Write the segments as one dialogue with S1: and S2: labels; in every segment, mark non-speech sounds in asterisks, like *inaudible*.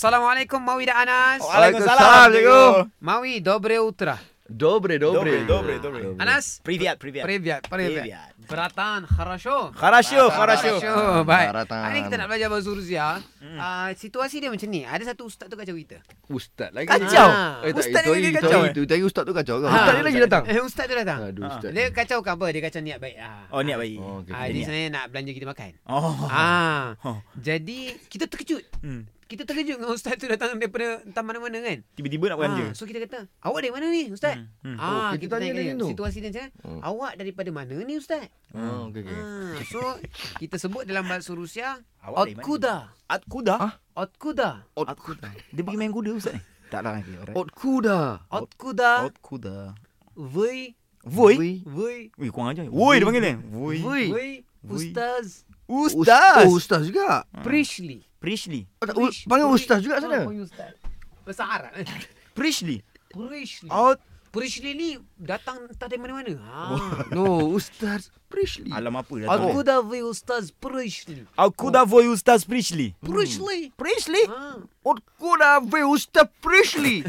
S1: Assalamualaikum Mawi dan Anas.
S2: Waalaikumsalam, Cikgu.
S1: Mawi, dobre utra.
S3: Dobre, dobre.
S2: Добрый, добрый, добрый.
S1: Anas,
S2: Привет, привет.
S1: привет, привет.
S2: Привет.
S1: Bratan, хорошо.
S2: Хорошо, хорошо.
S1: Хорошо, baik.
S3: Bratan.
S1: Hari ni kita nak belajar bahasa Rusia.
S2: Hmm.
S1: Ah, situasi dia macam ni. Ada satu ustaz tu kacau kita.
S3: Ustaz lagi.
S2: Kacau.
S3: Ah. Eh, tak,
S1: Ustaz
S3: ustaz
S1: lagi
S3: lagi
S1: kacau,
S3: kacau. Itu tadi ustaz tu kacau.
S1: Ha.
S3: Ustaz dia lagi Ha. datang.
S1: Eh, *laughs* ustaz tu datang.
S3: Aduh, ustaz.
S1: Dia kacau cover, dia kacau niat baik. Ah.
S2: Ha, Oh, niat baik.
S3: Oh, okey.
S1: Ah,
S2: Dia
S1: dia
S2: niat.
S1: sebenarnya nak belanja kita makan.
S2: Oh.
S1: Ah.
S2: Oh.
S1: Jadi kita terkejut.
S2: Hmm.
S1: Kita terkejut dengan ustaz tu datang daripada entah mana-mana kan.
S2: Tiba-tiba nak belanja.
S1: Ah, so kita kata, awak dari mana ni ustaz?
S2: Hmm, hmm.
S1: Ah, kita,
S3: Oh, kita tanya
S1: tanya
S3: dia
S1: dia
S3: tu.
S1: situasi dia macam, mana?
S3: Hmm.
S1: awak daripada mana ni ustaz?
S3: Ah, okey, okey.
S1: Ah, so kita sebut dalam bahasa Rusia,
S2: Awak dari mana?
S1: otkuda.
S2: At kuda?
S1: Otkuda.
S3: Ot kuda.
S2: Dia pergi main kuda ustaz Ah. ni. Tak larang dia orang.
S3: Ot kuda.
S1: Otkuda.
S2: kuda.
S1: Voi,
S2: Voi.
S1: voi,
S2: Woi, kurang ajar. Woi dia panggil dia. Voi.
S3: Voi.
S1: voi. Ustaz
S2: Ustaz.
S3: Oh, ustaz juga.
S1: Prishli. Ah,
S2: Prishli.
S3: Oh, tak, u- Panggil ustaz juga sana.
S1: Panggil ustaz. Bahasa Arab. *laughs* eh.
S2: Prishli.
S1: Prishli.
S2: Out.
S1: Prishli ni datang entah dari mana-mana. Ha.
S3: Oh. *laughs* No, ustaz Prishli.
S2: Alam apa dah tu.
S1: Откуда вы, Ustaz, пришли?
S3: Hmm.
S2: От куда voi ustaz Prishli?
S1: Пришли?
S2: Prishli?
S1: Ha.
S3: Ot kuda ve ustaz Prishli.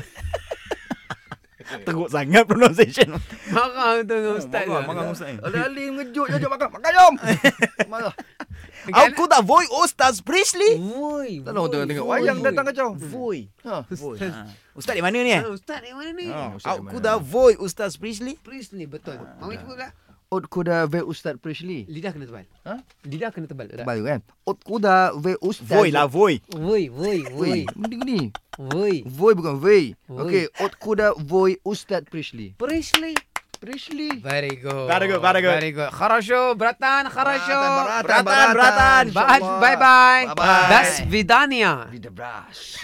S2: Ah. Teruk sangat pronunciation.
S1: Marah tu dengan Ustaz.
S2: Eh, Marah,
S1: tu.
S2: marah ustaz ni.
S3: Alih-alih mengejut je makan. Makan jom. Marah.
S2: От куда voi ustaz Prishli?
S1: Woi.
S3: Tak tahu tengok tengok
S1: woi,
S3: wayang
S1: woi.
S3: datang kacau.
S2: Voi.
S3: Ha.
S2: Voi. ha. Ustaz di mana ni eh?
S1: Ah, Ustaz yang mana ni?
S2: Ha,
S3: Ustaz
S2: От
S3: di mana?
S2: куда voi ustaz Prishli?
S1: Prishli, betul. Mami cuba tak?
S3: Ot kuda ve ustaz Prishli.
S1: Lidah kena tebal.
S3: Ha?
S1: Lidah kena tebal. tak?
S3: Baru kan. Ot kuda ve ustaz.
S2: Voi lah voi.
S1: Woi, woi, woi.
S3: Voi. Mending ni.
S1: Woi.
S3: Voi bukan Vei.
S1: Voi.
S3: Okey, ot kuda Voi Ustaz Prishli.
S1: Prishli.
S3: Prishli.
S1: Very good.
S2: Very good, very good.
S1: Very good. Хорошо, братан, хорошо.
S2: Bratan, bratan.
S1: Bye- Bye-bye.
S3: Bye-bye.
S1: До свидания.
S3: With the brush.